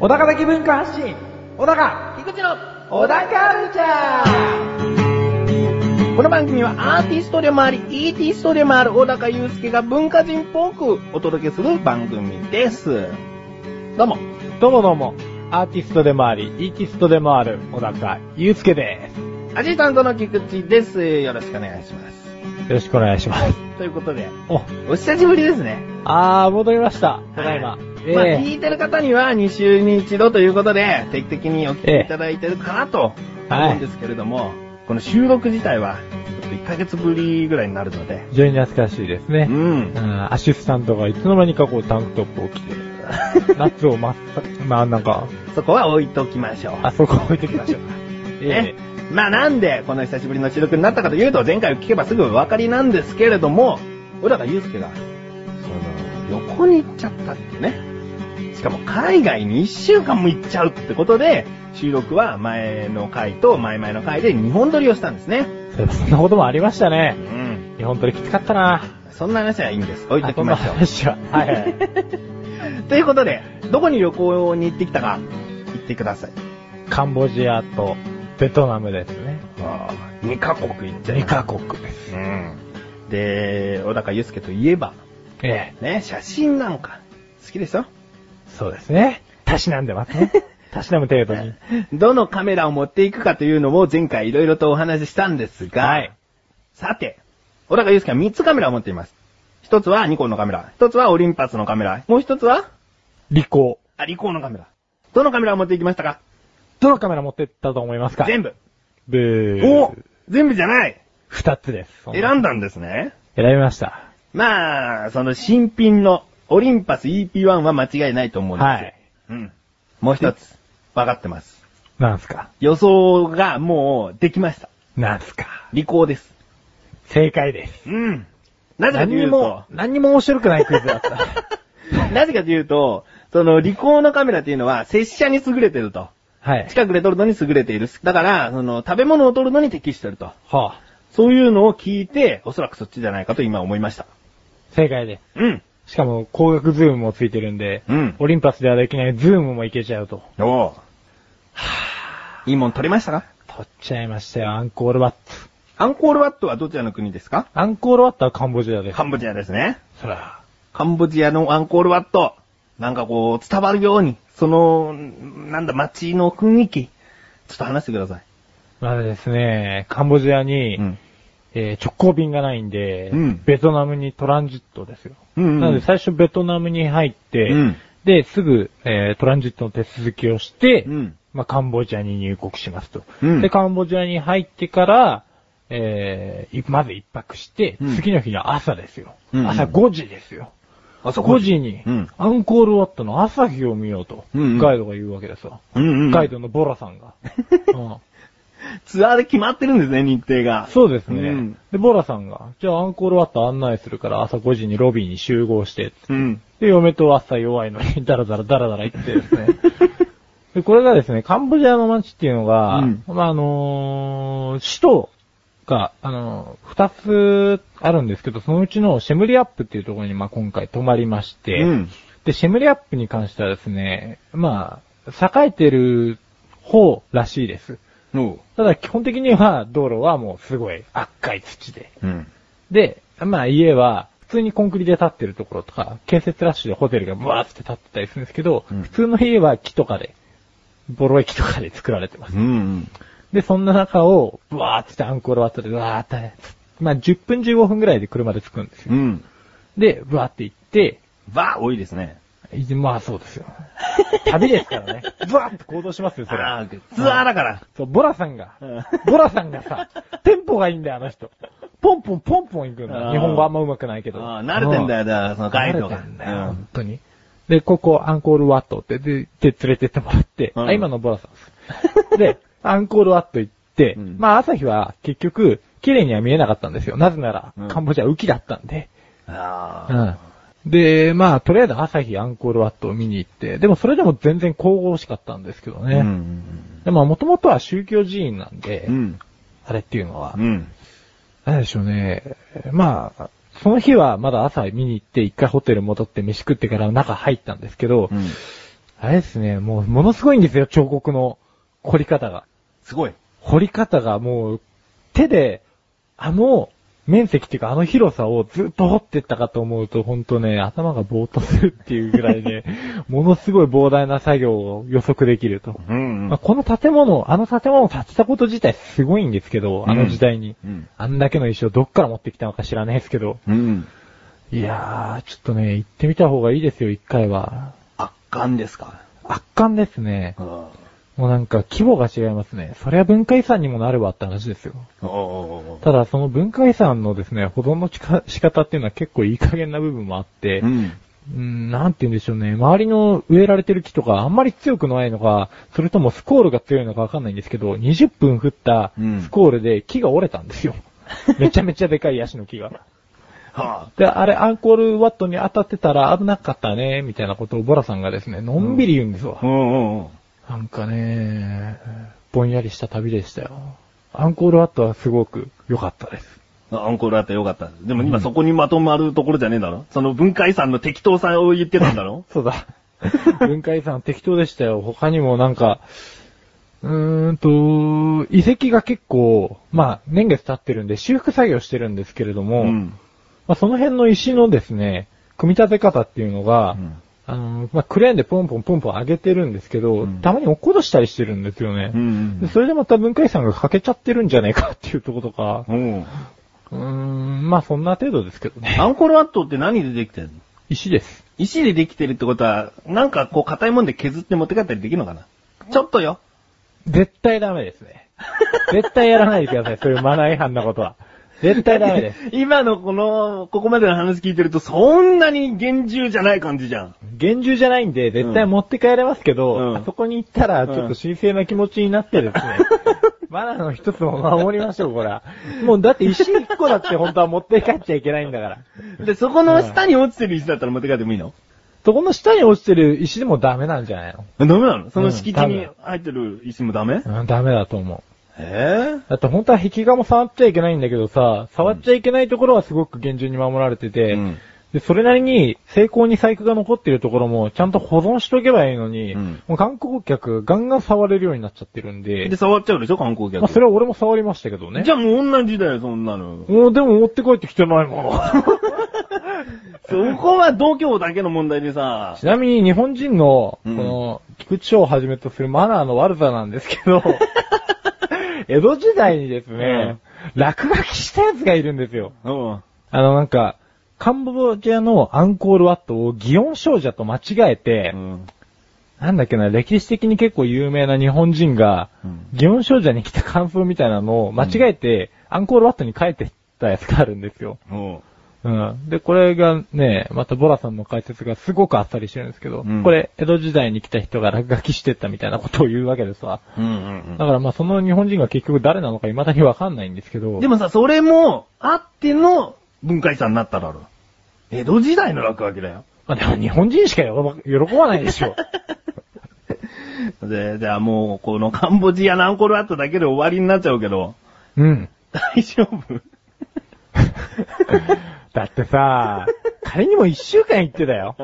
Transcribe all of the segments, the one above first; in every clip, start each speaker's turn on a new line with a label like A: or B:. A: 小高的文化発信小高
B: 菊池の
A: 小高カルチャー
B: この番組はアーティストでもあり、イーティストでもある小高祐介が文化人っぽくお届けする番組です。どうも、
A: どうもどうも、アーティストでもあり、イーティストでもある小高祐介で
B: アシスタントの菊池です。よろしくお願いします。
A: す。よろしくお願いします。
B: ということで、
A: お、
B: お久しぶりですね。
A: あー、戻りました。ただいま
B: はい。
A: え
B: まあ、
A: え
B: 聞いてる方には2週に1度ということで、定期的にお聞きいただいてるかなと思うんですけれども、この収録自体は、ちょっと1ヶ月ぶりぐらいになるので、
A: 非常に懐かしいです
B: う
A: ね。
B: ん
A: う。ん、アシスタントがいつの間にかこうタンクトップを着 て、夏をまっさ、まあなんか、
B: そこは置いときましょう。
A: あそこ置いてきま しょう。
B: ね。まあなんで、この久しぶりの収録になったかというと、前回聞けばすぐお分かりなんですけれども、浦田祐介が、その、旅行に行っちゃったっていうね。しかも海外に1週間も行っちゃうってことで、収録は前の回と前々の回で2本撮りをしたんですね。
A: そういえばそんなこともありましたね
B: う。ん。
A: 日本取りきつかったな。
B: そんな話はいいんです。置いときましょ
A: あそんな話は。はい、 はい。
B: う。 ということで、どこに旅行に行ってきたか、言ってください。
A: カンボジアとベトナムですね。
B: あ2カ国行っちゃい
A: 2
B: ました
A: カ国です。
B: うん。で、小高祐介といえば、
A: ええ。
B: ね、写真なんか、好きでしょ
A: そうですね。たしなんでます ね。たしなむ程 度に。
B: どのカメラを持っていくかというのを前回いろいろとお話ししたんですが、
A: はい
B: さて、小高祐介は3つカメラを持っています。一つはニコンのカメラ、一つはオリンパスのカメラ、もう一つは、
A: リコ
B: あ、リコーのカメラ。どのカメラを持っていきましたか
A: どのカメラ持ってったと思いますか
B: 全部。
A: ブー。
B: お全部じゃない
A: 二つです。
B: 選んだんですね。
A: 選びました。
B: まあ、その新品のオリンパス EP1 は間違いないと思うんですよ。
A: はい。
B: うん。もう一つ、わかってます。
A: なんすか
B: 予想がもうできました。
A: なんすか
B: 利口です。
A: 正解です。
B: うん。なぜかと
A: 何
B: い
A: に
B: うと
A: も、、何にも面白くないクイズだった。
B: なぜかというと、その、利口のカメラっていうのは、拙者に優れてると。
A: はい。
B: 近くで撮るのに優れている。だから、その、食べ物を撮るのに適してると。
A: はあ、
B: そういうのを聞いて、おそらくそっちじゃないかと今思いました。
A: 正解です。
B: うん。
A: しかも、光学ズームもついてるんで、
B: うん
A: オリンパスではできないズームもいけちゃうと。
B: おはぁ。いいもん撮れましたか
A: 取っちゃいましたよ、アンコールワット。
B: アンコールワットはどちらの国ですか
A: アンコールワットはカンボジアです
B: カ。ンボジアですね。
A: そら、
B: カンボジアのアンコールワット、なんかこう、伝わるように、その、なんだ、街の雰囲気、ちょっと話してください。
A: まだですね、カンボジアに、
B: うん。
A: えー直行便がないんで、
B: うん
A: ベトナムにトランジットですよ。
B: うんうんうん
A: なので最初ベトナムに入って、
B: うん
A: で、すぐ、えートランジットの手続きをして、
B: うん
A: まあ、カンボジアに入国しますと、
B: うん
A: で、カンボジアに入ってから、えーいまず一泊して、
B: うん
A: 次の日の朝ですよ。
B: うんうん
A: 朝5時ですよ。
B: あ
A: 5時に、
B: うん。
A: アンコールワットの朝日を見ようと、
B: うんうん
A: ガイドが言うわけですよ。
B: うんうん。
A: ガイドのボラさ んが。うん
B: ツアーで決まってるんですね、日程が。
A: そうですね。
B: うん
A: で、ボラさんが、じゃあアンコールワット案内するから朝5時にロビーに集合して、
B: うん。
A: で、嫁と朝弱いのに ダラダラダラダラ行ってですね。で、これがですね、カンボジアの街っていうのが、
B: うん
A: まあ、あのー首都が、あのー、二つあるんですけど、そのうちのシェムリアップっていうところに、まあ、今回泊まりまして、
B: うん
A: で、シェムリアップに関してはですね、まあ、栄えてる方らしいです。
B: おう。
A: ただ基本的には道路はもうすごい赤い土で。
B: うん。
A: で、まあ家は普通にコンクリで建ってるところとか、建設ラッシュでホテルがブワーって建ってたりするんですけど、
B: うん
A: 普通の家は木とかで、ボロい木とかで作られてます。
B: うん。
A: で、そんな中を、ブワーってアンコールワットで、ブワーって、まあ10分15分ぐらいで車で着くんですよ。
B: うん。
A: で、ブワーって行って、
B: ば、多いですね。
A: いまあそうですよ。旅ですか らね。ブワーって行動しますよ、それ。
B: あーツアーだから。
A: そう、ボラさんが
B: うん、
A: ボラさん がさ、テンポがいいんだよ、あの人。ポンポンポンポン行くん
B: あ
A: だ。
B: ー
A: 日本語あんま上手くないけど。
B: あー慣れてんだよ、
A: う、
B: だから、そのガイドが。
A: 慣れてんだよ、本当に。で、ここ、アンコールワットって、で、で、連れてってもらって、
B: うん
A: あ、今のボラさんで す。で、アンコールワット行って、
B: うん
A: まあ、朝日は結局、綺麗には見えなかったんですよ。なぜなら
B: うん、
A: カンボジア雨季だったんで。
B: うん。あ
A: う
B: あ。
A: ん。で、まあ、とりあえず朝日アンコールワットを見に行って、でもそれでも全然神々しかったんですけどね。
B: うん。
A: でも、もともとは宗教寺院なんで、
B: うん。
A: あれっていうのは、
B: うん。
A: なんでしょうね。まあ、その日はまだ朝見に行って一回ホテル戻って飯食ってから中入ったんですけど、
B: うん。
A: あれですね、もうものすごいんですよ、彫刻の凝り方が。
B: すごい。
A: 掘り方がもう、手で、あの、面積っていうかあの広さをずっと掘ってったかと思うと、ほんとね、頭がぼーっとするっていうぐらい ね、ものすごい膨大な作業を予測できると。
B: うん
A: まあ、この建物、あの建物を建てたこと自体すごいんですけど、あの時代に。
B: うん。
A: あんだけの石をどっから持ってきたのか知らないですけど。
B: うん。
A: いやー、ちょっとね、行ってみた方がいいですよ、一回は。
B: 圧巻ですか。
A: 圧巻ですね。
B: うん。
A: もうなんか規模が違いますね。それは文化遺産にもなるわって話ですよ。
B: おー。
A: ただその文化遺産のですね、保存のちか仕方っていうのは結構いい加減な部分もあって、
B: うん。
A: うん、なんて言うんでしょうね。周りの植えられてる木とかあんまり強くないのか、それともスコールが強いのかわかんないんですけど、20分降った
B: うん
A: スコールで木が折れたんですよ。めちゃめちゃでかいヤシの木が。
B: は
A: で、あれアンコールワットに当たってたら危なかったね、みたいなことをボラさんがですね、のんびり言うんですわ。
B: あ。うんうんうん。
A: なんかね、ぼんやりした旅でしたよ。アンコールワットはすごく良かったです。
B: アンコールあったらよかった。でも今そこにまとまるところじゃねえだろその文化遺産の適当さを言ってたんだろ
A: そう だ。文化遺産適当でしたよ。他にもなんか、うーんと、遺跡が結構、まあ、年月経ってるんで修復作業してるんですけれど
B: う
A: も、まあ、その辺の石のですね、組み立て方っていうのが、
B: うん
A: あのーまあ、クレーンでポンポンポンポン上げてるんですけど、
B: うん
A: たまに落っことしたりしてるんですよね。
B: うんうん
A: でそれでまた文化遺産が欠けちゃってるんじゃないかっていうところとか、
B: うん。
A: うーん、まあそんな程度ですけ どね。
B: アンコールワットって何でできてるの
A: 石です。
B: 石でできてるってことは、なんかこう硬いもんで削って持って帰ったりできるのかなちょっとよ。
A: 絶対ダメですね。絶対やらないでく ださい。そういうマナー違反なことは。絶対ダメです。
B: 今のこの、ここまでの話聞いてると、そんなに厳重じゃない感じじゃん。
A: 厳重じゃないんで、絶対持って帰れますけど、
B: うん
A: あそこに行ったら、ちょっと神聖な気持ちになってです ね。マナーの一つを守りましょう、これは。もうだって石一個だって本当は持って帰っちゃいけないんだから。
B: で、そこの下に落ちてる石だったら持って帰ってもいいの
A: そこの下に落ちてる石でもダメなんじゃないの
B: ダメなのその敷地
A: う
B: に
A: ん多
B: 入ってる石もダメ
A: うん、ダメだと思う。
B: え
A: だって本当は壁画も触っちゃいけないんだけどさ、触っちゃいけないところはすごく厳重に守られて
B: え
A: て、
B: うん。
A: で、それなりに、成功に細工が残ってるところも、ちゃんと保存しとけばいいのに、
B: うん
A: もう観光客、ガンガン触れるようになっちゃってるんで、
B: で、触っちゃうでしょ観光客。
A: まあ、それは俺も触りましたけどね。
B: じゃあもう同じだよ、そんなの。
A: もうでも持って帰ってきてない もん。
B: そこは度胸だけの問題でさ
A: ち。なみに日本人の、こ
B: うん
A: の、菊池をはじめとするマナーの悪さなんですけ ど、江戸時代にですね、落書きしたやつがいるんですよ。
B: うん。
A: あのなんか、カンボジアのアンコールワットを祇園少女と間違えて、
B: うん。
A: なんだっけな、歴史的に結構有名な日本人が、
B: うん
A: 祇園少女に来た感想みたいなのを間違えて、アンコールワットに書いてったやつがあるんですよ。
B: うん。
A: うん。で、これがね、またボラさんの解説がすごくあっさりしてるんですけど、
B: うん
A: これ、江戸時代に来た人が落書きしてったみたいなことを言うわけでさ。
B: うん
A: だからまあその日本人が結局誰なのか未だにわかんないんですけど、
B: でもさ、それも、あっての文化遺産になっただろ。江戸時代の落書きだよ。
A: まあでも日本人しか喜ば喜ばないでしょ。
B: で、じゃあもう、このカンボジアのアンコールワットだけで終わりになっちゃうけど、
A: うん。
B: 大丈夫
A: だってさ、仮にも一週間行ってたよ。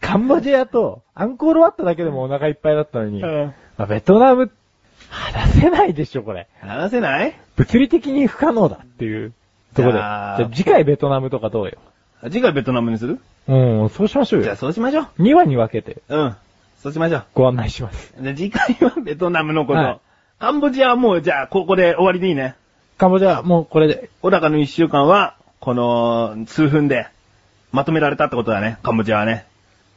A: カンボジアとアンコールワットだけでもお腹いっぱいだったのに、
B: うん
A: まあ、ベトナム、話せないでしょ、これ。
B: 話せない
A: 物理的に不可能だっていうとこ
B: い
A: ろで。じ
B: や
A: ゃ
B: ー
A: あ次回ベトナムとかどうよ。
B: 次回ベトナムにする
A: うん、そうしましょう
B: じゃあ
A: よ。
B: そうしましょう。
A: 2話に分けて
B: うん。そうしましょう。
A: ご案内します。
B: じゃあ次回はベトナムのこと。
A: はい
B: カンボジアはもうじゃあここで終わりでいいね。
A: カンボジアはもうこれで、
B: 小高の一週間は、この数分でまとめられたってことだね、カンボジアは ね。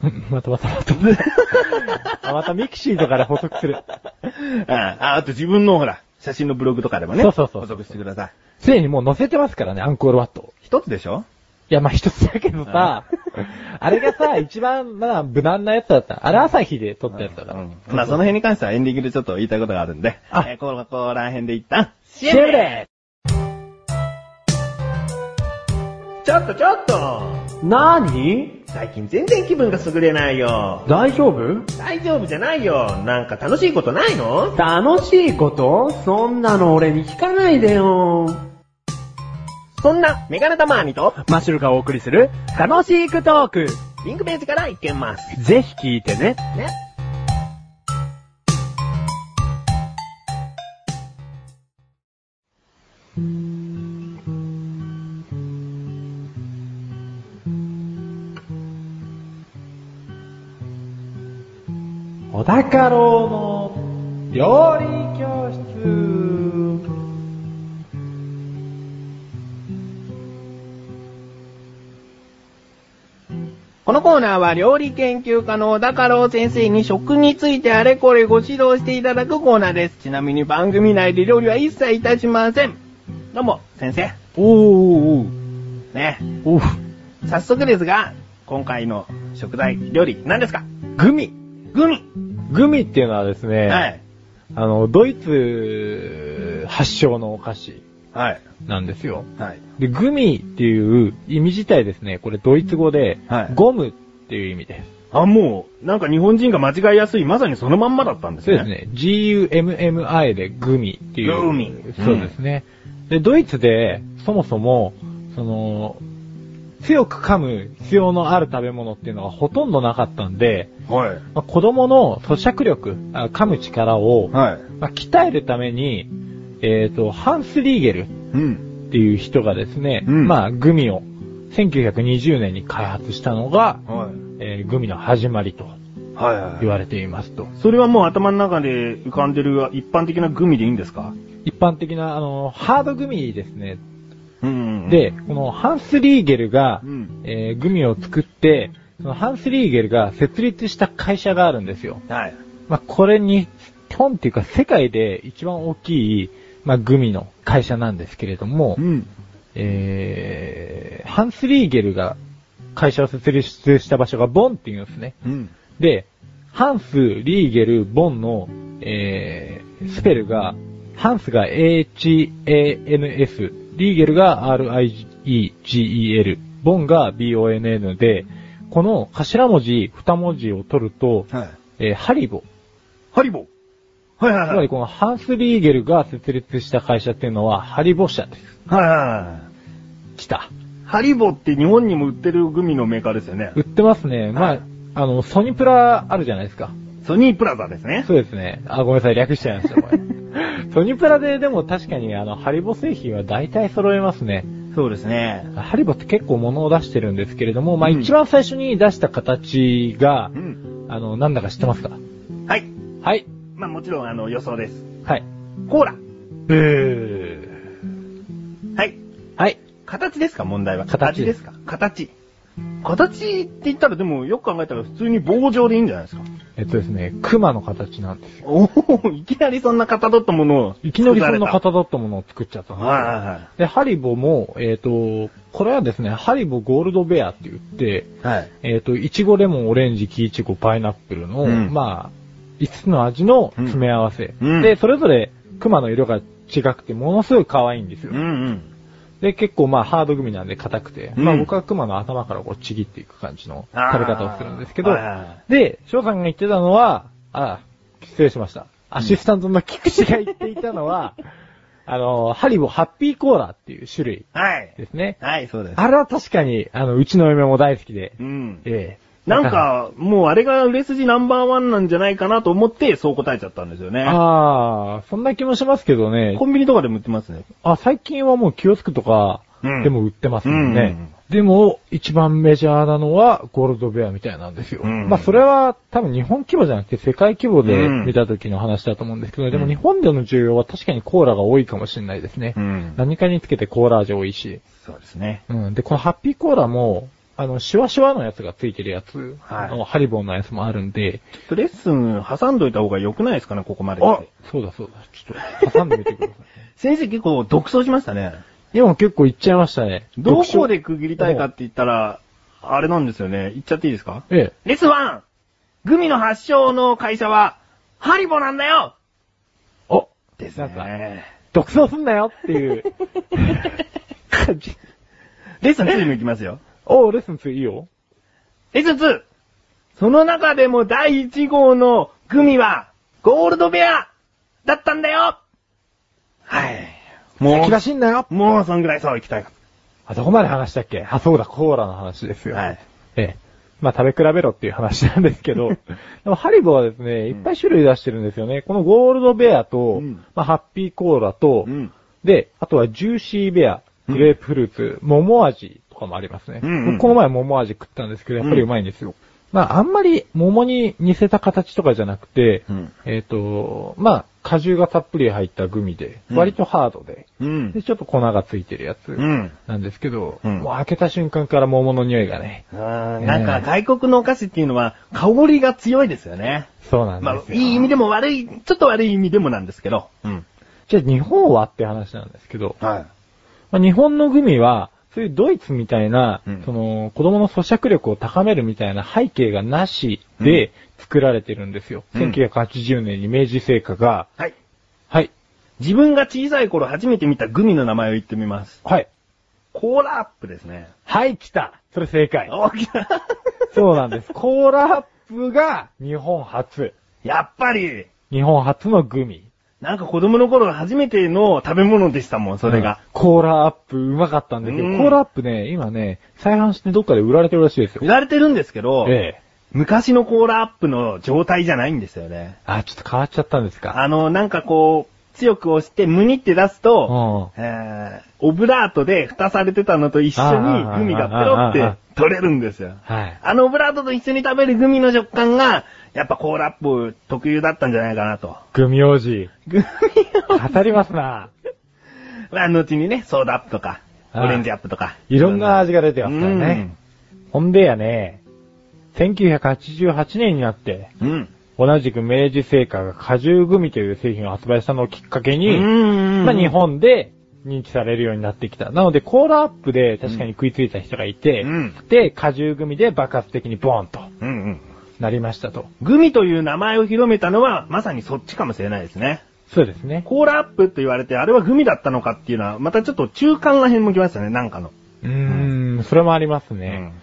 A: うんまたまたまた。 あまたミキシーとかで補足する。
B: うんあ、あと自分のほら、写真のブログとかでもね。
A: そうそうそう
B: 補足してください。
A: すでにもう載せてますからね、アンコールワットを。
B: 一つでしょ
A: いや、まあ一つだけどさ、あれがさ、一番、まあ、無難なやつだった。あれ朝日で撮ったやつだから。
B: まあその辺に関してはエンディングでちょっと言いたいことがあるんで、
A: あ
B: えーこここら辺で一旦、
A: CM で
B: ちょっとちょっと
A: なーに
B: 最近全然気分が優れないよ。
C: 大丈夫
B: 大丈夫じゃないよ。なんか楽しいことないの
C: 楽しいことそんなの俺に聞かないでよ。
B: そんなメガネタマーニと
C: マシュルがお送りする、楽しいクトーク。
B: リンクページからいけます。
C: ぜひ聞いてね。
B: ね。
A: 小高郎の料理教室。
B: このコーナーは料理研究家の小高郎先生に食についてあれこれご指導していただくコーナーです。ちなみに番組内で料理は一切いたしません。どうも、先生。
A: おー
B: ね。
A: おーおーおー
B: 早速ですが、今回の食材、料理、何ですかグミ。グミ。
A: グミっていうのはですね、
B: はい。
A: あの、ドイツ発祥のお菓子
B: はい。
A: なんですよ。
B: はい。
A: で、グミっていう意味自体ですね、これドイツ語で、
B: はい
A: ゴムっていう意味です。
B: あ、もう、なんか日本人が間違いやすい、まさにそのまんまだったんです
A: そう
B: ね。
A: です。ね。GUMMI でグミっていう。
B: グミ
A: そうですね。で、ドイツで、そもそも、その、強く噛む必要のある食べ物っていうのがほとんどなかったんで、
B: はい。
A: まあ子供の咀嚼力、あ噛む力を、
B: はい。
A: まあ鍛えるために、えっ、と、ハンス・リーゲル
B: うん。
A: っていう人がですね、
B: うん
A: まあ、グミを1920年に開発したのが、
B: はい。
A: えーグミの始まりと
B: はいはい
A: 言
B: はい。
A: われていますと。
B: それはもう頭の中で浮かんでる一般的なグミでいいんですか
A: 一般的な、あの、ハードグミですね。
B: うん
A: で、このハンス・リーゲルが、
B: うん。
A: えーグミを作って、そのハンス・リーゲルが設立した会社があるんですよ。
B: はい。
A: まあ、これに、日本っていうか世界で一番大きい、まあ、グミの会社なんですけれども、
B: ん。
A: えー、ハンス・リーゲルが会社を設立した場所がボンっていうんですね。
B: うん。
A: で、ハンス、リーゲル、ボンの、えー、スペルが、ハンスが H-A-N-S、リーゲルが R-I-E-G-E-L、ボンが B-O-N-N で、この頭文字、二文字を取ると、
B: はい。
A: えーハリボ。
B: ハリボー。はいは
A: つまり。このハンス・リーゲルが設立した会社っていうのは、ハリボ社です。
B: はいは
A: 来た。
B: い。ハリボーって日本にも売ってるグミのメーカーですよね。
A: 売ってますね。
B: は
A: ま
B: い
A: あ、あの、ソニプラあるじゃないですか。
B: ソニープラザですね。
A: そうですね。あ、ごめんなさい、略しちゃいまし た、これ。ソニプラででも確かにあの、ハリボ製品は大体揃えますね。
B: そうですね。
A: ハリボって結構物を出してるんですけれども、まあ、
B: うん
A: 一番最初に出した形が
B: う、ん。
A: あの、なんだか知ってますか
B: はい。
A: はい。
B: まあもちろんあの予想です。
A: はい。
B: コーラ。
A: ブー。
B: はい。
A: はい。
B: 形ですか問題は。
A: 形
B: 味ですか形。形って言ったらでもよく考えたら普通に棒状でいいんじゃないですか。
A: えっとですね、熊の形なんですよ。
B: おお、いきなりそんな型取ったものを。
A: いきなりそんな
B: 作
A: 型だったものを作っちゃったん
B: られた。
A: ですよ
B: はいは
A: で、ハリボも、えっ、と、これはですね、ハリボゴールドベアって言って、
B: いはい。はい。
A: えっ、と、いちご、レモン、オレンジ、キイチゴ、パイナップルの、
B: うん
A: まあ、5つの味の詰め合わせ。
B: うんうん
A: で、それぞれ、熊の色が違くて、ものすごい可愛いんですよ。
B: うんうん。
A: で、結構まあ、ハード組なんで硬くて、
B: うん
A: まあ僕は熊の頭からこうちぎっていく感じの
B: あー
A: 食べ方をするんですけど、
B: はいはいはい
A: で、翔さんが言ってたのは、あ、失礼しました。アシスタントの菊池が言っていた のは、あの、ハリボハッピーコーラっていう種類
B: はい。
A: ですね。
B: はい、そうです。
A: あれは確かに、あの、うちの嫁も大好きで、
B: うん。
A: ええ。
B: なんか、もうあれが売れ筋ナンバーワンなんじゃないかなと思って、そう答えちゃったんですよね。
A: ああ、そんな気もしますけどね
B: コ。ンビニとかでも売ってますね。
A: あ、最近はもうキオスクとか
B: うん
A: でも売ってますもんね。
B: うんうんうん
A: でも、一番メジャーなのはゴールドベアみたいなんですよ。
B: うん
A: まあそれは多分日本規模じゃなくて世界規模で
B: うん
A: 見た時の話だと思うんですけど、でも日本での需要は確かにコーラが多いかもしれないですね。
B: ん
A: 何かにつけてコーラ味多いし。
B: そうですね。
A: うん。で、このハッピーコーラも、あの、シュワシュワのやつがついてるやつ、
B: はい
A: あのハリボーのやつもあるんで、
B: レッスン挟んどいた方が良くないですかね、ここまで。
A: あそうだそうだ。ちょっと挟んでみてください。
B: 先生結構独走しましたね。
A: 今も結構行っちゃいましたね。
B: ど
A: 読書
B: こで区切りたいかって言ったら、あれなんですよね。言っちゃっていいですか
A: ええ。
B: レッスン 1! グミの発祥の会社は、ハリボなんだよ
A: お
B: です
A: なんか、
B: ね。
A: 独走すんなよっていう感じ。
B: レッスン2に行きますよ。
A: おレッスン2いいよ。
B: 5つその中でも第1号のグミは、ゴールドベアだったんだよはい。も
A: 先
B: う、
A: 走んなよ
B: もうそんぐらいそう行きたい。
A: あ、どこまで話したっけあ、そうだ、コーラの話ですよ。
B: はい。
A: ええ。まあ、食べ比べろっていう話なんで すけど、でもハリボーはですね、いっぱい種類出してるんですよね。このゴールドベアと、
B: うん
A: まあ、ハッピーコーラと、
B: うん。
A: で、あとはジューシーベア、グレープフルーツ、桃味とかもありますね。
B: うんうん
A: この前桃味食ったんですけど、やっぱりうまいんですよ。まあ、あんまり桃に似せた形とかじゃなくて、
B: うん
A: えっ、と、まあ、果汁がたっぷり入ったグミで、
B: うん
A: 割とハードで、
B: うん
A: で、。ちょっと粉がついてるや
B: う
A: つ
B: ん。
A: なんですけど、
B: うん
A: もう開けた瞬間から桃の匂いがね、
B: あー
A: ね
B: なんか外国のお菓子っていうのは香りが強いですよね。
A: そうなんで
B: まあ、
A: すよ。
B: いい意味でも悪い、ちょっと悪い意味でもなんですけど。うん。
A: じゃあ日本はって話なんですけど、
B: は
A: まあ、日本のグミは、そういうドイツみたいな、
B: うん
A: その、子供の咀嚼力を高めるみたいな背景がなしで作られてるんですよ。
B: うん
A: 1980年に明治製菓が、
B: い。はい。
A: はい、
B: 自分が小さい頃初めて見たグミの名前を言ってみます。
A: はい、
B: コーラアップですね。
A: はい、来たそれ正解。
B: 大きな。
A: そうなんです。コーラアップが日本初。
B: やっぱり、
A: 日本初のグミ。
B: なんか子供の頃初めての食べ物でしたもん、それが。
A: うんコーラアップうまかったんだけど、
B: うん
A: コーラアップね、今ね、再販してどっかで売られてるらしいです
B: 売
A: よ。
B: られてるんですけど、
A: ええ。
B: 昔のコーラアップの状態じゃないんですよね。
A: あ、ちょっと変わっちゃったんですか。
B: あの、なんかこう、強く押して、むにって出す
A: う
B: と、
A: ん。
B: えーオブラートで蓋されてたのと一緒にグミがペロって取れるんですよ。
A: はい。
B: あのオブラートと一緒に食べるグミの食感が、やっぱコーラアップ特有だったんじゃないかなと。
A: グミ王子。
B: グミ
A: 語ります な。
B: を、あのうちにね、ソーダアップとか、オ
A: はい
B: レンジアップとか。
A: いろんな味が出てますからね。ほんでやね、1988年になって、
B: うん。うん。
A: 同じく明治製菓が果汁グミという製品を発売したのをきっかけに、
B: うん
A: まあ日本で認知されるようになってきた。なので、コーラアップで確かに食いついた人がいて、
B: うん
A: で、果汁グミで爆発的にボーンと
B: うんうん。
A: なりましたと。
B: グミという名前を広めたのは、まさにそっちかもしれないですね。
A: そうですね。
B: コーラアップと言われて、あれはグミだったのかっていうのは、またちょっと中間ら辺も来ましたね、なんかの。
A: うーん、それもありますね。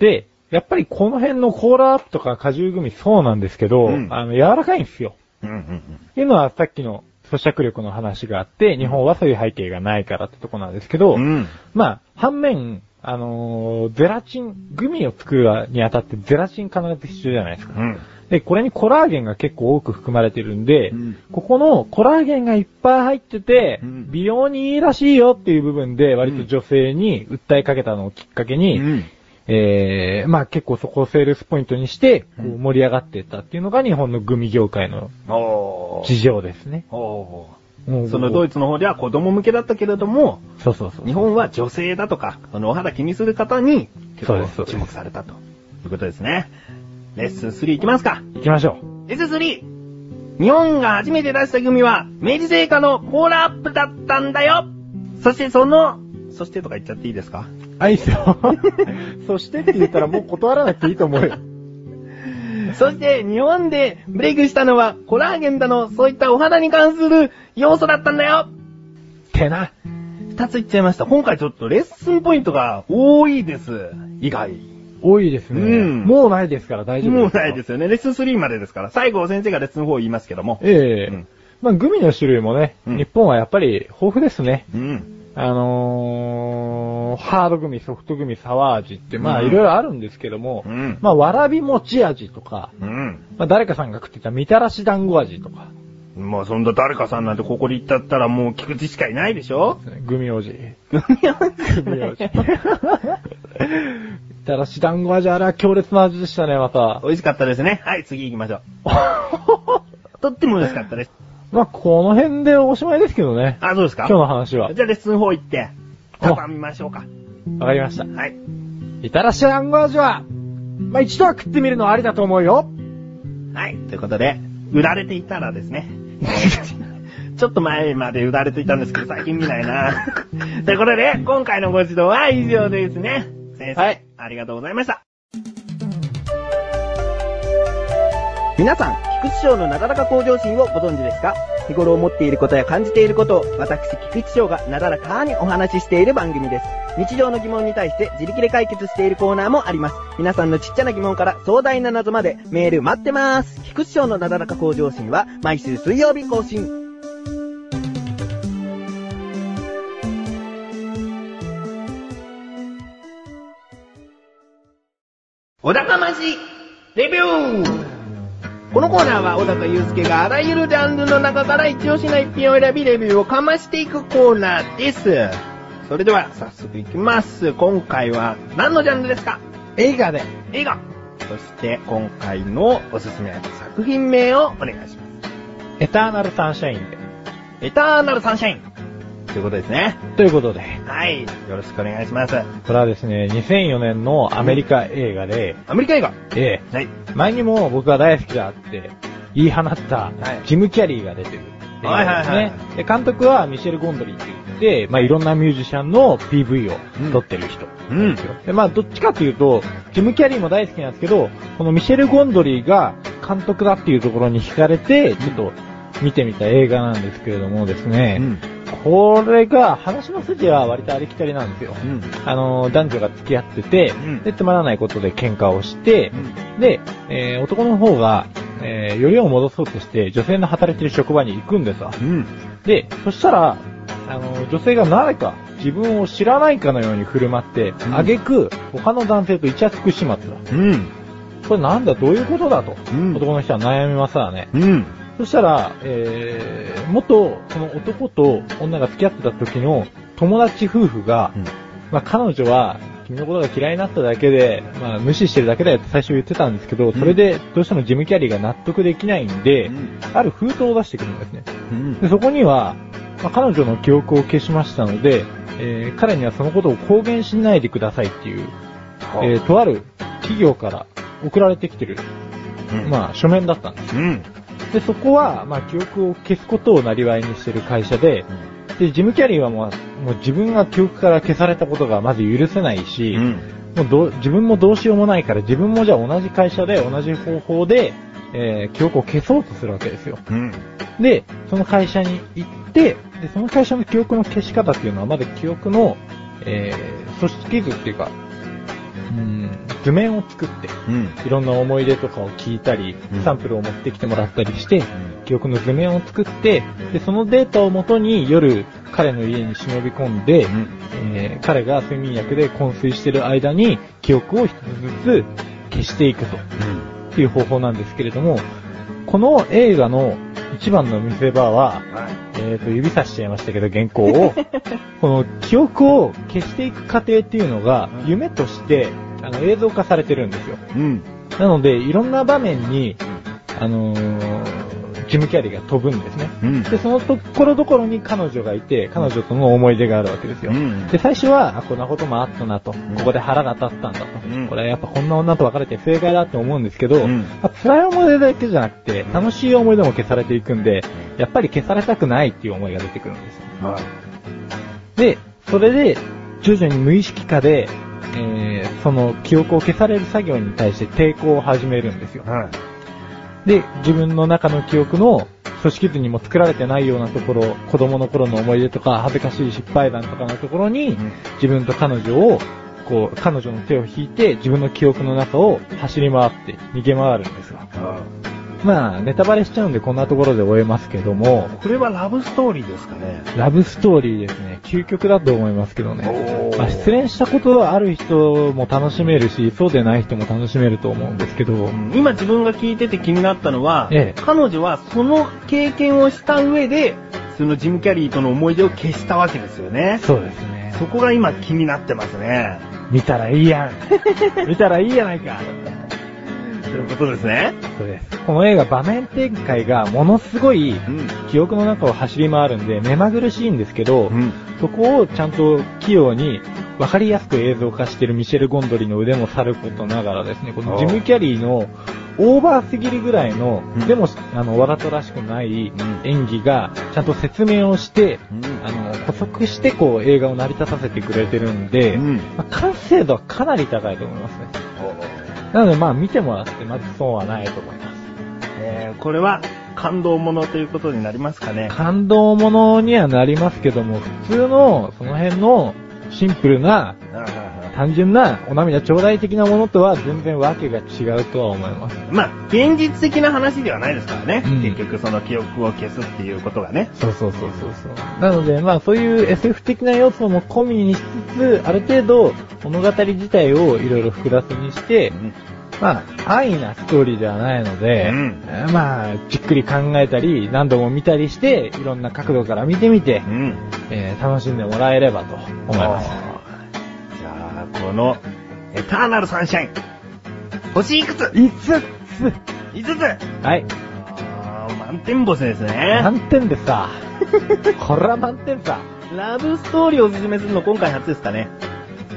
A: で、やっぱりこの辺のコーラアップとか果汁グミそうなんですけど、
B: うん
A: あの、柔らかいんですよ。
B: うん。うんうん
A: っていうのはさっきの咀嚼力の話があって、日本はそういう背景がないからってとこなんですけど、
B: うん。うん。
A: まあ、反面、あのーゼラチン、グミを作るにあたってゼラチン必ず必要じゃないですか。
B: うん。
A: で、これにコラーゲンが結構多く含まれてるんで、
B: うん
A: ここのコラーゲンがいっぱい入ってて、
B: うん
A: 美容にいいらしいよっていう部分で、割と女性に訴えかけたのをきっかけに、
B: うん
A: えー、まあ結構そこをセールスポイントにして、こ
B: う
A: う盛り上がっていったっていうのが日本のグミ業界の
B: おー
A: 事情ですね。
B: お
A: も
B: ー
A: う
B: そのドイ
A: ツ。
B: ツの方では子供向けだったけれども、
A: そうそうそう。
B: 日本は女性だとか、あのお肌気にする方に結
A: そうです
B: 構
A: そうです
B: 注目されたということですね。レッスン3いきますか。
A: 行きましょ
B: レッスン 3! 日本が初めて出したグミは、明治製菓のコーラアップだったんだよそしてその、そしてとか言っちゃっていいですか
A: う。あ、いいっすよ。 そしてって言ったらもう断らなくていいと思う よ。
B: そして日本でブレイクしたのはコラーゲンだの、そういったお肌に関する要素だったんだよ
A: てな。
B: 二つ言っちゃいました。今回ちょっとレッスンポイントが多いです。以外。
A: 多いですね。
B: うん
A: もうないですから大丈夫。
B: もうないですすよね。レッスン3までですから。最後先生がレッスン4言いますけども。
A: ええ
B: うん
A: まあグミの種類もね、
B: うん
A: 日本はやっぱり豊富ですね。
B: うん。
A: あのー、ハードグミ、ソフトグミ、サワー味って、まあ
B: うん
A: いろいろあるんですけども、
B: うん
A: まあわらび餅味とか、
B: うん。
A: まあ誰かさんが食ってたみたらし団子味とか、
B: まあそんな誰かさんなんてここで言ったったらもう菊池しかいないでしょ
A: グミ王子。
B: グミ味
A: グミ王子。 みたらし団子味、あれは強烈な味でしたね、また。
B: 美味しかったですね。はい、次行きましょう。とっても美味しかったです。
A: まあ、この辺でおしまいですけどね。
B: あ、そうです
A: 今
B: か
A: 日の話は。
B: じゃあレッスン4行って、畳みましょうか。
A: わかりました。
B: はい。
A: いたらし団子味は、まあ、一度は食ってみるのはありだと思うよ。
B: はい。ということで、売られていたらですね。 ちょっと前まで売られていたんですけど、最近見ない な。ということで、今回のご指導は以上ですね。先生、
A: はい
B: ありがとうございました。皆さん、
D: 菊池賞のなだらか向上心をご存知ですか日頃思っていることや感じていることを私、菊池翔がなだらかにお話ししている番組です。日常の疑問に対して自力で解決しているコーナーもあります。皆さんのちっちゃな疑問から壮大な謎までメール待ってます。菊池翔のなだらか向上心は毎週水曜日更新。
B: 小高まじレビューこのコーナーは小高祐介があらゆるジャンルの中から一押しな一品を選びレビューをかましていくコーナーです。それでは早速いきます。今回は何のジャンルですか
A: 映画で。
B: 映画そして今回のおすすめ作品名をお願いします。
A: エターナルサンシャインで。
B: エターナルサンシャインということですね。
A: ということで、
B: はい。よろしくお願いします。
A: これはですね、2004年のアメリカ映画で、
B: アメリカ映画。
A: え
B: はい。
A: え前にも僕は大好きだって言い放った
B: はい、
A: ジム・キャリーが出てる。
B: はいはいはい
A: 映画ですね。で、監督はミシェル・ゴンドリーって言って、まあいろんなミュージシャンの PV を撮ってる人。
B: うん。
A: で、まあ、どっちかというと、ジム・キャリーも大好きなんですけど、このミシェル・ゴンドリーが監督だっていうところに惹かれて、ちょっと見てみた映画なんですけれどもですね、
B: うん。
A: これが、話の筋は割とありきたりなんですよ。
B: うん。
A: あの、男女が付き合ってて、
B: うん
A: で、つまらないことで喧嘩をして、で、えー男の方が、えー、よりを戻そうとして、女性の働いてる職場に行くんですわ。
B: うん。
A: で、そしたら、あの、女性がなぜか自分を知らないかのように振る舞って、
B: ん
A: 挙句他の男性とイチャつく始末だ。
B: うん。
A: これなんだ、どういうことだと、
B: うん
A: 男の人は悩みますわね。
B: うん。
A: そしたら、えー、元、その男と女が付き合ってた時の友達夫婦が、
B: うん
A: まあ彼女は、君のことが嫌いになっただけで、まあ無視してるだけだよって最初言ってたんですけど、それでどうしてもジムキャリーが納得できないんで、
B: うん
A: ある封筒を出してくるんですね。でそこには、まあ彼女の記憶を消しましたので、えー彼にはそのことを公言しないでくださいっていう、えーとある企業から送られてきてる、
B: うん
A: まあ、書面だったんです。
B: うん。
A: で、そこは、まあ、記憶を消すことをなりわいにしてる会社で、で、ジム・キャリーはもう、もう自分が記憶から消されたことがまず許せないし、もうどう自分もどうしようもないから、自分もじゃあ同じ会社で同じ方法で、えー記憶を消そうとするわけですよ。
B: うん。
A: で、その会社に行って、で、その会社の記憶の消し方っていうのは、まだ記憶の、えー、組織図っていうか、うん、図面を作って、
B: うん。
A: いろんな思い出とかを聞いたり
B: うん、
A: サンプルを持ってきてもらったりして、記憶の図面を作って、で、そのデータをもとに夜、彼の家に忍び込んで、えー彼が睡眠薬で昏睡してる間に、記憶を一つずつ消していくと。っていう方法なんですけれども、この映画の一番の見せ場は、えー、と、指さしちゃいましたけど、原稿を、この記憶を消していく過程っていうのが、夢として、あの、映像化されてるんですよ。
B: うん。
A: なので、いろんな場面に、あのージムキャリーが飛ぶんですね。
B: うん。
A: で、そのところどころに彼女がいて、彼女との思い出があるわけですよ。
B: うん
A: で、最初は、あ、こんなこともあったなと。こ
B: ん
A: こで腹が立ったんだと。
B: うん
A: これはやっぱこんな女と別れて正解だって思うんですけど、
B: うん
A: まあ辛い思い出だけじゃなくて、楽しい思い出も消されていくんで、やっぱり消されたくないっていう思いが出てくるんですよ。で、それで、徐々に無意識化で、えー、その記憶を消される作業に対して抵抗を始めるんですよ。で、自分の中の記憶の組織図にも作られてないようなところ、子供の頃の思い出とか、恥ずかしい失敗談とかのところに、自分と彼女を、こう、彼女の手を引いて、自分の記憶の中を走り回って逃げ回るんですが。まあ、ネタバレしちゃうんでこんなところで終えますけども、
B: これはラブストーリーですかね。
A: ラブストーリーですね。究極だと思いますけどね。
B: お
A: まあ、失恋したことはある人も楽しめるし、そうでない人も楽しめると思うんですけど、
B: 今自分が聞いてて気になったのは、
A: ええ
B: 彼女はその経験をした上で、そのジム・キャリーとの思い出を消したわけですよね。
A: そうですね。
B: そこが今気になってますね。
A: 見たらいいや ん。見たらいいやないか。
B: ということですね。
A: そうです。この映画場面展開がものすごい
B: うん。
A: 記憶の中を走り回るんで目まぐるしいんですけど、
B: うん。
A: そこをちゃんと器用に分かりやすく映像化してるミシェル・ゴンドリの腕もさることながらですね、このジム・キャリーのオーバーすぎるぐらいの、
B: うん
A: でもあの、わざとらしくない
B: ん
A: 演技がちゃんと説明をして、
B: うん
A: あの、補足してこう映画を成り立たせてくれてるんで、
B: うん
A: まあ完成度はかなり高いと思いますね。なのでまあ見てもらってまず損はないと思います。
B: えー、これは感動ものということになりますかね。
A: 感動ものにはなりますけども、普通の、その辺の、シンプルな、単純な、お涙頂戴的なものとは全然わけが違うとは思います。
B: まあ、現実的な話ではないですからね。
A: うん
B: 結局その記憶を消すっていうことがね。
A: そうそうそうそうそう。なので、まあそういう SF 的な要素も込みにしつつ、ある程度物語自体をいろいろ複雑にして、まあ安易なストーリーではないので、
B: うん
A: えーまあじっくり考えたり、何度も見たりして、いろんな角度から見てみて
B: う、ん。
A: えー楽しんでもらえればと思います。
B: じゃあ、この、エターナルサンシャイン。星いくつ
A: いつ
B: ?5 つ
A: はい。
B: あー満点星ですね。
A: 満点で さ。これは満点さ。
B: ラブストーリーをおすすめするの今回初ですかね。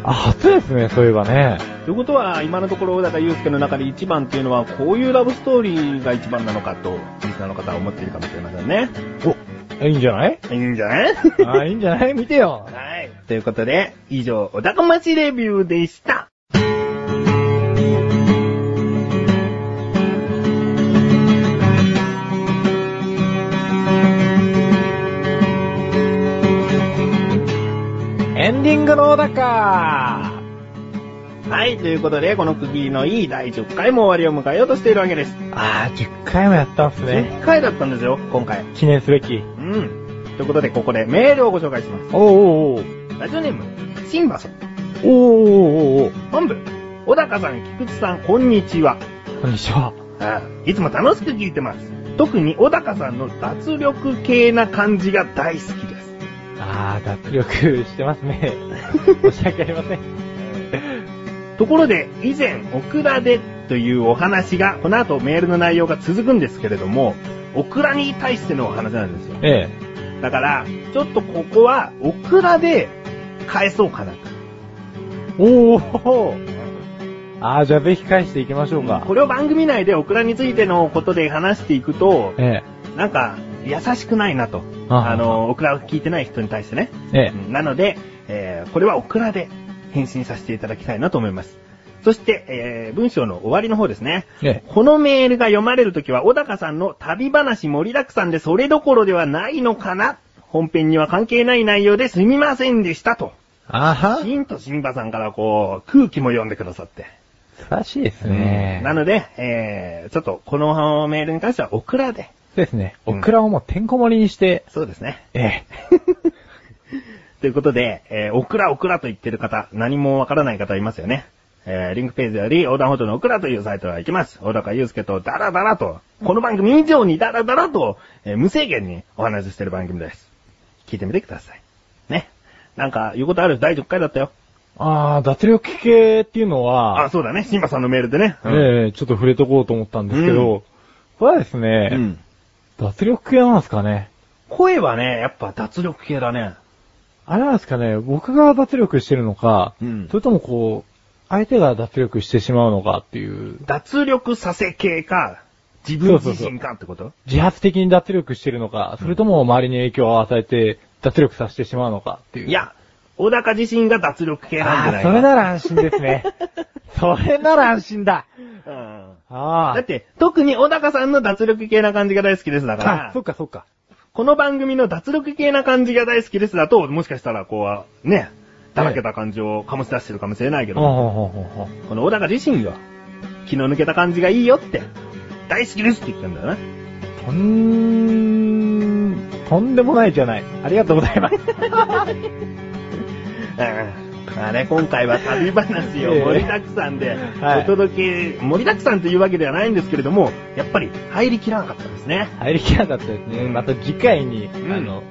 A: あ、初ですね、そういえばね。
B: ということは、今のところ、だから、ゆうすけの中で一番っていうのは、こういうラブストーリーが一番なのかと、リスナーの方は思っているかもしれませんね。
A: お、いいんじゃない
B: いいんじゃない
A: あ、いいんじゃない見てよ。
B: はい。ということで、以上、おたこまちレビューでした。
A: エンディングの小高
B: はい。ということで、この区切りのいい第10回も終わりを迎えようとしているわけです。
A: あー、10回もやったんすね。
B: 10回だったんですよ、今回。
A: 記念すべき。
B: うん。ということで、ここでメールをご紹介します。
A: おー
B: ラジオネーム、シンバソン。
A: おーおーおーおーおー
B: 本部、小高さん、菊池さん、こんにちは。
A: こんにちは。
B: あいつも楽しく聞いてます。特に小高さんの脱力系な感じが大好きです。
A: あー、脱力してます ね。申し訳ありません。
B: ところで、以前、オクラでというお話が、この後メールの内容が続くんですけれども、オクラに対してのお話なんですよ。
A: え
B: だから、ちょっとここは、オクラで返そうかなと。
A: え。おーおーあー、じゃあぜひ返していきましょうか。
B: これを番組内でオクラについてのことで話していくと、
A: え
B: なんか、優しくないなと。
A: あ
B: あの、オクラを聞いてない人に対してね。
A: え。え
B: うんなので、えーこれはオクラで返信させていただきたいなと思います。そして、えー文章の終わりの方ですね。
A: え。え
B: このメールが読まれるときは、小高さんの旅話盛りだくさんでそれどころではないのかな本編には関係ない内容ですみませんでしたと。
A: あは。
B: シンとシンバさんからこう、空気も読んでくださって。
A: 素晴らしいですね。
B: なので、えー、ちょっとこのメールに関してはオクラで。
A: そうですね。オクラをもうてんこ盛りにして、
B: そうですね。
A: え
B: ということで、えー、オクラオクラと言ってる方、何もわからない方いますよね。えー、リンクページより、横断歩道のオクラというサイトが行きます。小高祐介とダラダラと、この番組以上にダラダラと、えー無制限にお話ししてる番組です。聞いてみてください。ね。なんか、言うことある第10回だったよ。
A: あー、脱力系っていうのは、
B: あ、そうだね。シンバさんのメールでね。うん
A: ええちょっと触れとこうと思ったんですけど、
B: うん
A: これはですね、
B: うん
A: 脱力系なんですかね。
B: 声はね、やっぱ脱力系だね。
A: あれなんですかね、僕が脱力してるのか、
B: うん
A: それともこう、相手が脱力してしまうのかっていう、
B: 脱力させ系か、自分自身かってこと
A: 自発的に脱力してるのか、それとも周りに影響を与えて脱力させてしまうのかっていう。
B: い、や、小高自身が脱力系なんじゃな
A: ああ、
B: いか
A: それなら安心です ね。それなら安心だ。
B: うん
A: あ
B: だって、特に小高さんの脱力系な感じが大好きですだ
A: あ、
B: か
A: あ
B: ら、
A: そっかそっか。
B: この番組の脱力系な感じが大好きですだと、もしかしたら、こう、ね、だらけた感じを醸し出してるかもしれないけ
A: うん
B: ど、
A: うんうんうん
B: この小高自身が、気の抜けた感じがいいよって、大好きですって言ってんだよな。
A: とん、とんでもないじゃない。ありがとうございます。
B: うんまあね、今回は旅話を盛りだくさんで、
A: は
B: お
A: い
B: 届け、盛りだくさんというわけではないんですけれども、やっぱり入りきらなかったですね。
A: 入りきらなかったですね。
B: うん
A: また次回に、
B: ん
A: あの、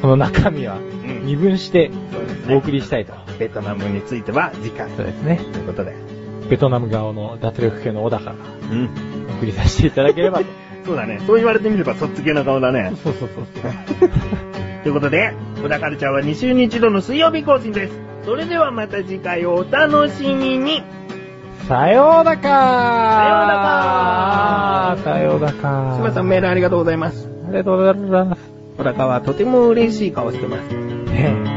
A: この中身は
B: ん
A: 二分して
B: そうですね
A: お送りしたいと。
B: ベトナムについては次回
A: そう
B: と
A: ですね。
B: いうことで。
A: ベトナム側の脱力系の小高が
B: うん。
A: お送りさせていただければと。
B: そうだね。そう言われてみれば そっち系の顔だね。
A: そうそうそうそう。
B: ということで、小田カルチャーは2週に一度の水曜日更新です。それではまた次回をお楽しみに。
A: さよ
B: さよう
A: うだ
B: だ
A: か
B: か
A: さようだか
B: すみません、メールありがとうございます。
A: ありがとうございます。
B: 小田カはとても嬉しい顔してます。
A: ね